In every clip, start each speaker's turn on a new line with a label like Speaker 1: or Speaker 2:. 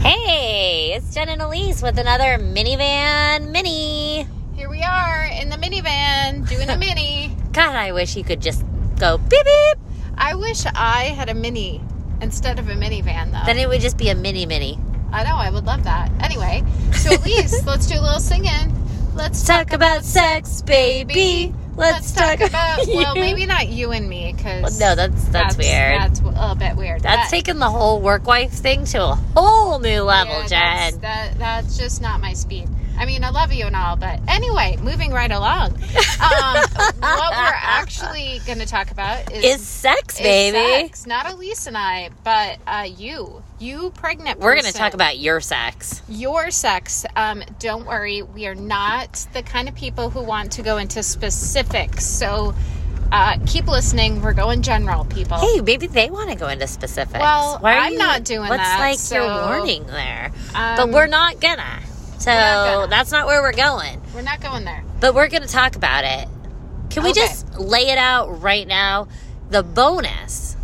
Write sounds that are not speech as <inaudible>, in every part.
Speaker 1: Hey, it's Jen and Elise with another minivan mini.
Speaker 2: Here we are in the minivan
Speaker 1: <laughs>
Speaker 2: doing a mini.
Speaker 1: God, I wish you could just go beep beep.
Speaker 2: I wish I had a mini instead of a minivan though.
Speaker 1: Then it would just be a mini mini.
Speaker 2: I know I would love that. Anyway, so
Speaker 1: <laughs>
Speaker 2: at least let's do a little singing. Let's
Speaker 1: Let's talk about sex, baby. Let's, talk, about you.
Speaker 2: <laughs> well, maybe not you and me
Speaker 1: <laughs>
Speaker 2: because
Speaker 1: Well, no, that's that's, weird. That's,
Speaker 2: That's a little bit weird. but-
Speaker 1: taking the whole work wife thing to a whole new level,
Speaker 2: yeah, That's,
Speaker 1: Jen.
Speaker 2: that that's just not my speed. I mean, I love you and all, but anyway, moving right along. Um, what
Speaker 1: <laughs>
Speaker 2: we're actually going to talk about is
Speaker 1: Is sex,
Speaker 2: is
Speaker 1: baby?
Speaker 2: sex. Not Elise and I, but uh, you, you pregnant.
Speaker 1: We're gonna
Speaker 2: person.
Speaker 1: talk about your sex.
Speaker 2: your sex. Um, don't worry, we are not the kind of people who want to go into specifics. So uh, keep listening. We're going general, people.
Speaker 1: Hey, maybe they want to go into specifics.
Speaker 2: Well,
Speaker 1: Why are
Speaker 2: I'm
Speaker 1: you-
Speaker 2: not doing
Speaker 1: what's
Speaker 2: that,
Speaker 1: like your
Speaker 2: so,
Speaker 1: warning there?
Speaker 2: um,
Speaker 1: but we're not gonna. So
Speaker 2: not gonna.
Speaker 1: that's not where we're going.
Speaker 2: we're not going there.
Speaker 1: But we're gonna talk about it. Can we
Speaker 2: Okay.
Speaker 1: just lay it out right now? The bonus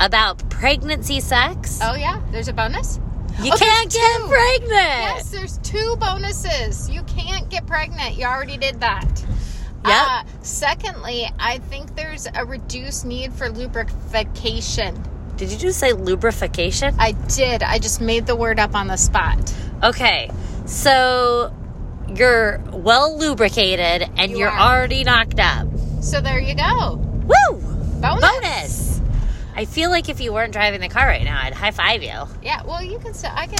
Speaker 1: about pregnancy sex.
Speaker 2: Oh yeah, there's a bonus.
Speaker 1: you
Speaker 2: oh,
Speaker 1: can't get pregnant.
Speaker 2: Yes, there's two bonuses. You can't get pregnant. You already did that.
Speaker 1: Yep.
Speaker 2: Uh, secondly, I think there's a reduced need for lubrication.
Speaker 1: Did you just say lubrification?
Speaker 2: I did. I just made the word up on the spot.
Speaker 1: Okay, so you're well lubricated and
Speaker 2: You
Speaker 1: you are
Speaker 2: are.
Speaker 1: already knocked up.
Speaker 2: So there you go.
Speaker 1: Woo!
Speaker 2: Bonus.
Speaker 1: Bonus. I feel like if you weren't driving the car right now, I'd high five you.
Speaker 2: Yeah. Well, you can. Still, I can.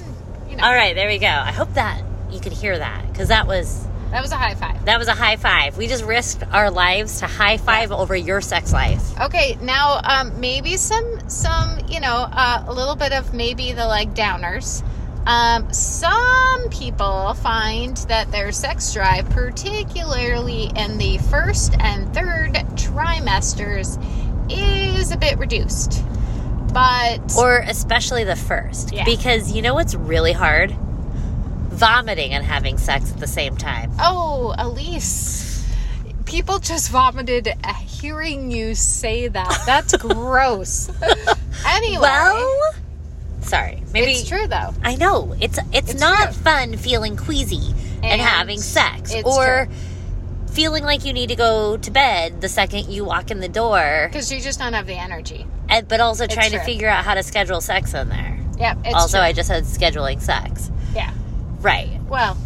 Speaker 2: You know,
Speaker 1: All right, there we go. I hope that you could hear that because that was
Speaker 2: that was a high five.
Speaker 1: That was a high five. We just risked our lives to high five over your sex life.
Speaker 2: Okay. Now, um, maybe some, some, you know, uh, a little bit of maybe the like downers. Um, some people find that their sex drive, particularly in the first and third trimesters, is a bit reduced. But
Speaker 1: Or especially the first.
Speaker 2: Yeah.
Speaker 1: Because you know what's really hard? Vomiting and having sex at the same time.
Speaker 2: Oh, Elise. People just vomited at hearing you say that.
Speaker 1: <laughs>
Speaker 2: That's gross. anyway,
Speaker 1: Well, sorry. Maybe
Speaker 2: it's true though.
Speaker 1: I know. It's it's,
Speaker 2: It's
Speaker 1: not
Speaker 2: true.
Speaker 1: fun feeling queasy and,
Speaker 2: And
Speaker 1: having sex
Speaker 2: it's
Speaker 1: or feeling like you need to go to bed the second you walk in the door,
Speaker 2: Because you just don't have the energy.
Speaker 1: and, but also
Speaker 2: It's
Speaker 1: trying to
Speaker 2: true.
Speaker 1: figure out how to schedule sex in there.
Speaker 2: Yeah, it's
Speaker 1: also,
Speaker 2: true.
Speaker 1: I just had scheduling sex.
Speaker 2: yeah.
Speaker 1: Right.
Speaker 2: Well,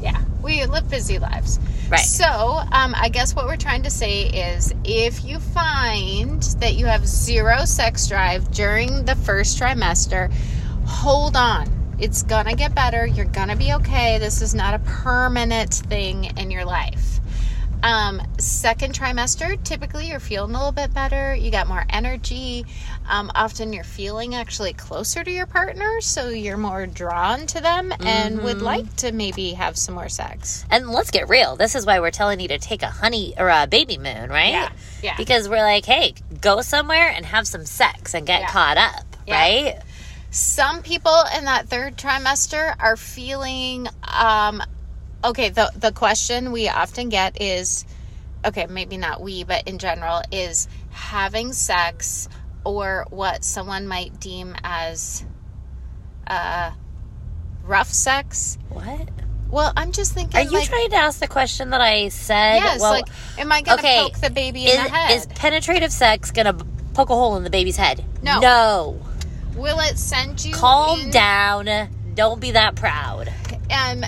Speaker 2: yeah. We live busy lives.
Speaker 1: Right.
Speaker 2: So, um, I guess what we're trying to say is if you find that you have zero sex drive during the first trimester, hold on. It's going to get better. You're going to be okay. This is not a permanent thing in your life. Um, second trimester, typically you're feeling a little bit better. You got more energy. Um, often you're feeling actually closer to your partner, so you're more drawn to them and would like to maybe have some more sex.
Speaker 1: And let's get real. This is why we're telling you to take a honey or a baby moon, right?
Speaker 2: Yeah, yeah.
Speaker 1: Because we're like, hey, go somewhere and have some sex and get
Speaker 2: Yeah.
Speaker 1: caught up,
Speaker 2: Yeah.
Speaker 1: right?
Speaker 2: Some people in that third trimester are feeling. Um, okay, the the question we often get is, okay, maybe not we, but in general, is having sex or what someone might deem as uh, rough sex.
Speaker 1: What?
Speaker 2: Well, I'm just thinking.
Speaker 1: Are you
Speaker 2: like,
Speaker 1: trying to ask the question that I said?
Speaker 2: Yes,
Speaker 1: Well,
Speaker 2: like, am I going to
Speaker 1: okay,
Speaker 2: poke the baby in the head?
Speaker 1: is, is penetrative sex going to poke a hole in the baby's head?
Speaker 2: No.
Speaker 1: No.
Speaker 2: Will it send you?
Speaker 1: Calm
Speaker 2: in-
Speaker 1: down. Don't be that proud.
Speaker 2: um,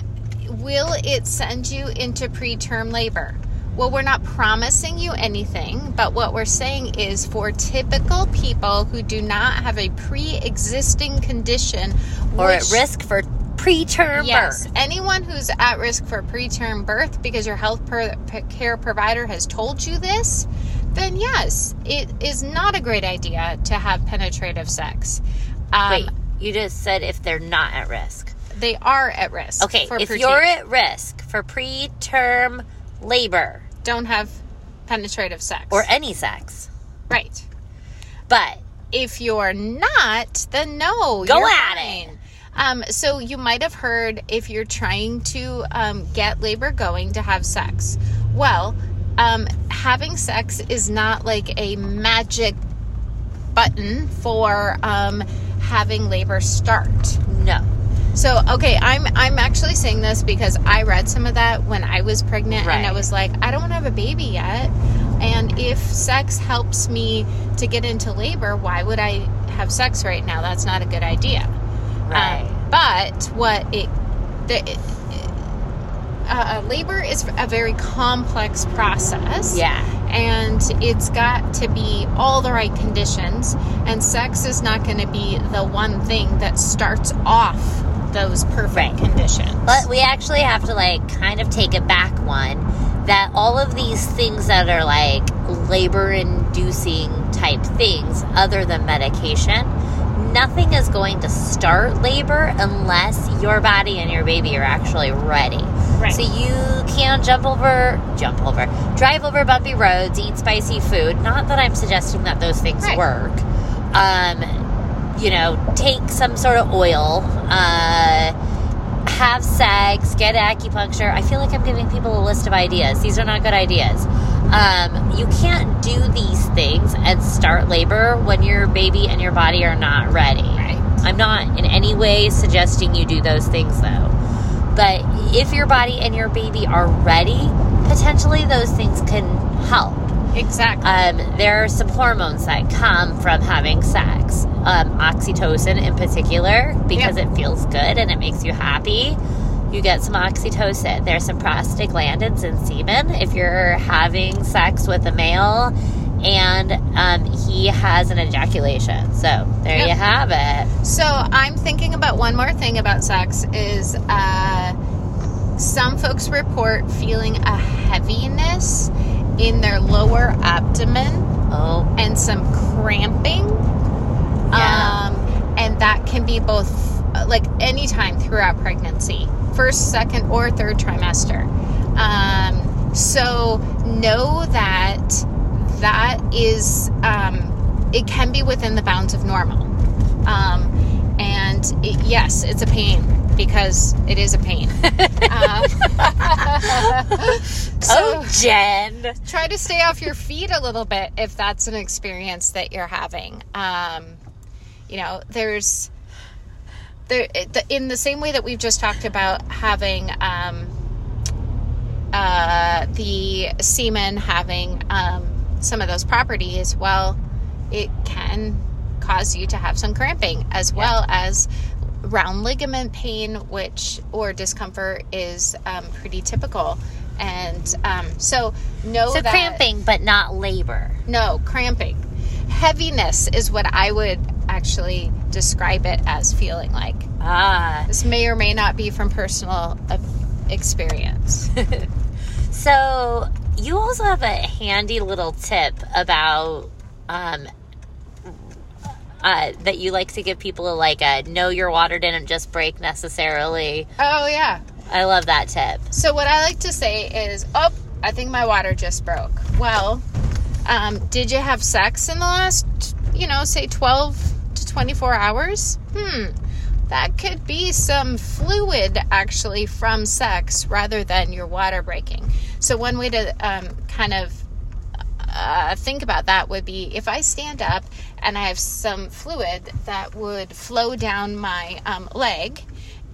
Speaker 2: will it send you into preterm labor? Well, we're not promising you anything, but what we're saying is for typical people who do not have a pre existing condition
Speaker 1: Or
Speaker 2: which-
Speaker 1: at risk for preterm
Speaker 2: Yes,
Speaker 1: birth.
Speaker 2: anyone who's at risk for preterm birth because your health per- p- care provider has told you this, then yes, it is not a great idea to have penetrative sex. Um,
Speaker 1: Wait, you just said if they're not at risk.
Speaker 2: They are at risk.
Speaker 1: Okay,
Speaker 2: for
Speaker 1: if
Speaker 2: preter-
Speaker 1: you're at risk for preterm labor
Speaker 2: don't have penetrative sex
Speaker 1: or any sex,
Speaker 2: right
Speaker 1: but
Speaker 2: if you're not then no
Speaker 1: Go
Speaker 2: you're
Speaker 1: at
Speaker 2: fine. um, so you might have heard if you're trying to um, get labor going to have sex well um, having sex is not like a magic button for um, having labor start
Speaker 1: no.
Speaker 2: So okay, I'm I'm actually saying this because I read some of that when I was pregnant and I
Speaker 1: Right.
Speaker 2: was like, I don't want to have a baby yet. And if sex helps me to get into labor, why would I have sex right now? That's not a good idea.
Speaker 1: Right.
Speaker 2: Um, but what it, the, it- uh, labor is a very complex process.
Speaker 1: yeah.
Speaker 2: And it's got to be all the right conditions. And sex is not going to be the one thing that starts off those perfect
Speaker 1: Right.
Speaker 2: conditions.
Speaker 1: But we actually have to like kind of take it back one that all of these things that are like labor inducing type things other than medication, nothing is going to start labor unless your body and your baby are actually ready.
Speaker 2: Right.
Speaker 1: So you can't jump over, jump over, drive over bumpy roads, eat spicy food. Not that I'm suggesting that those things
Speaker 2: Right.
Speaker 1: work. Um, you know, take some sort of oil. Uh, have sex, get acupuncture. I feel like I'm giving people a list of ideas. These are not good ideas. Um, you can't do these things and start labor when your baby and your body are not ready.
Speaker 2: right.
Speaker 1: I'm not in any way suggesting you do those things though. But if your body and your baby are ready, potentially those things can help.
Speaker 2: Exactly.
Speaker 1: Um, there are some hormones that come from having sex, um, oxytocin in particular, because it feels good and it makes you happy. You get some oxytocin. There's some prostaglandins in semen. If you're having sex with a male and um, he has an ejaculation, so there
Speaker 2: Yep.
Speaker 1: you have it.
Speaker 2: So I'm thinking about one more thing about sex is uh, some folks report feeling a heaviness in their lower abdomen
Speaker 1: Oh,
Speaker 2: and some cramping.
Speaker 1: Yeah.
Speaker 2: Um, and that can be both like anytime throughout pregnancy, first, second, or third trimester. Um, so know that that is um, it can be within the bounds of normal. Um, and it, yes, it's a pain because it is a pain. um, <laughs> so-
Speaker 1: oh, Jen.
Speaker 2: try to stay off your feet a little bit if that's an experience that you're having. Um, you know, there's there the- in the same way that we've just talked about having um, uh, the semen having um, some of those properties. Well, it can cause you to have some cramping as well as round ligament pain which or discomfort is um, pretty typical and um, so know
Speaker 1: So
Speaker 2: that
Speaker 1: cramping, but not labor.
Speaker 2: no, cramping. Heaviness is what I would actually describe it as feeling like.
Speaker 1: Ah.
Speaker 2: This may or may not be from personal uh, experience.
Speaker 1: So you also have a handy little tip about um, uh, that you like to give people a like a no, your water didn't just break necessarily.
Speaker 2: oh, yeah.
Speaker 1: I love that tip.
Speaker 2: So, what I like to say is, oh, I think my water just broke. Well, um, did you have sex in the last, you know, say 12 to 24 hours? Hmm. That could be some fluid actually from sex rather than your water breaking. So, one way to um, kind of uh, think about that would be if I stand up and I have some fluid that would flow down my um, leg,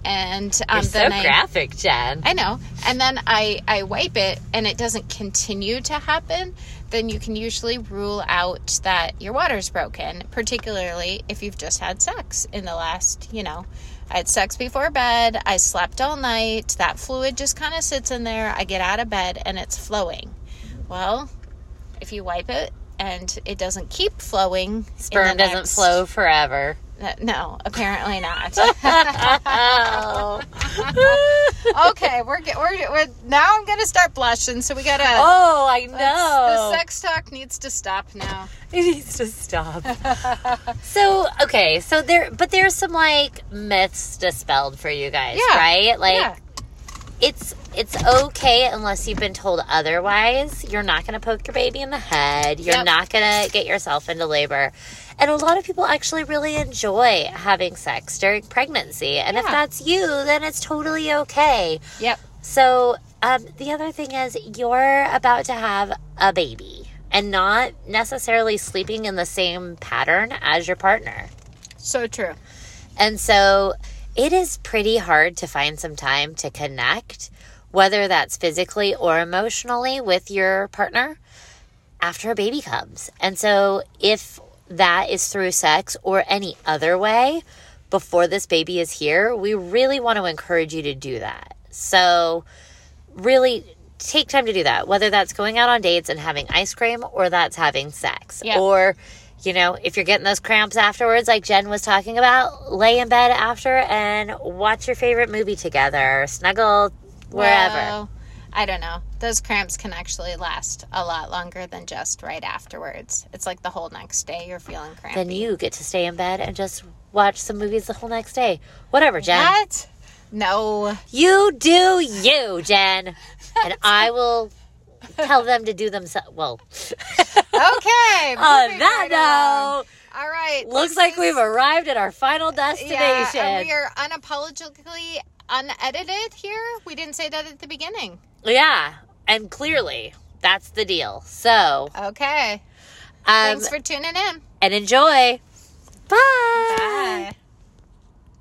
Speaker 2: and um,
Speaker 1: You're so
Speaker 2: then I,
Speaker 1: graphic, Jen.
Speaker 2: I know. And then I, I wipe it and it doesn't continue to happen, then you can usually rule out that your water's broken, particularly if you've just had sex in the last, you know, I had sex before bed, I slept all night, that fluid just kind of sits in there, I get out of bed and it's flowing. Well, if you wipe it and it doesn't keep flowing, in the
Speaker 1: Sperm doesn't
Speaker 2: next-
Speaker 1: flow
Speaker 2: <laughs>
Speaker 1: forever. <laughs>
Speaker 2: Uh, No, apparently not. <laughs>
Speaker 1: oh.
Speaker 2: okay, we're, get, we're we're now I'm gonna start blushing, so we gotta.
Speaker 1: Oh, I know.
Speaker 2: The sex talk needs to stop now.
Speaker 1: It needs to
Speaker 2: <laughs>
Speaker 1: stop. so okay, so there, but there's some like myths dispelled for you guys,
Speaker 2: Yeah.
Speaker 1: right? Like
Speaker 2: yeah.
Speaker 1: it's it's okay unless you've been told otherwise. You're not going to poke your baby in the head. You're
Speaker 2: Yep.
Speaker 1: not going to get yourself into labor. And a lot of people actually really enjoy having sex during pregnancy. And if
Speaker 2: Yeah.
Speaker 1: that's you, then it's totally okay.
Speaker 2: Yep.
Speaker 1: So, um, the other thing is, you're about to have a baby and not necessarily sleeping in the same pattern as your partner.
Speaker 2: So true.
Speaker 1: And so, it is pretty hard to find some time to connect, whether that's physically or emotionally with your partner after a baby comes. And so if that is through sex or any other way before this baby is here, we really want to encourage you to do that. So really take time to do that, whether that's going out on dates and having ice cream or that's having sex
Speaker 2: Yeah.
Speaker 1: or you know, if you're getting those cramps afterwards, like Jen was talking about, lay in bed after and watch your favorite movie together, snuggle wherever.
Speaker 2: Well, I don't know. Those cramps can actually last a lot longer than just right afterwards. It's like the whole next day you're feeling crampy.
Speaker 1: Then you get to stay in bed and just watch some movies the whole next day. Whatever, Jen.
Speaker 2: What? No.
Speaker 1: You do you, Jen.
Speaker 2: <laughs>
Speaker 1: And I will tell them to do themselves. Well,
Speaker 2: Okay.
Speaker 1: <laughs> on
Speaker 2: moving
Speaker 1: that
Speaker 2: <laughs> right along.
Speaker 1: note,
Speaker 2: All right.
Speaker 1: looks
Speaker 2: this
Speaker 1: like
Speaker 2: is-
Speaker 1: we've arrived at our final
Speaker 2: Yeah,
Speaker 1: destination.
Speaker 2: and we are unapologetically unedited here. We didn't say that at the beginning.
Speaker 1: yeah, and clearly that's the deal. So,
Speaker 2: Okay.
Speaker 1: um,
Speaker 2: Thanks for tuning in.
Speaker 1: and enjoy. Bye.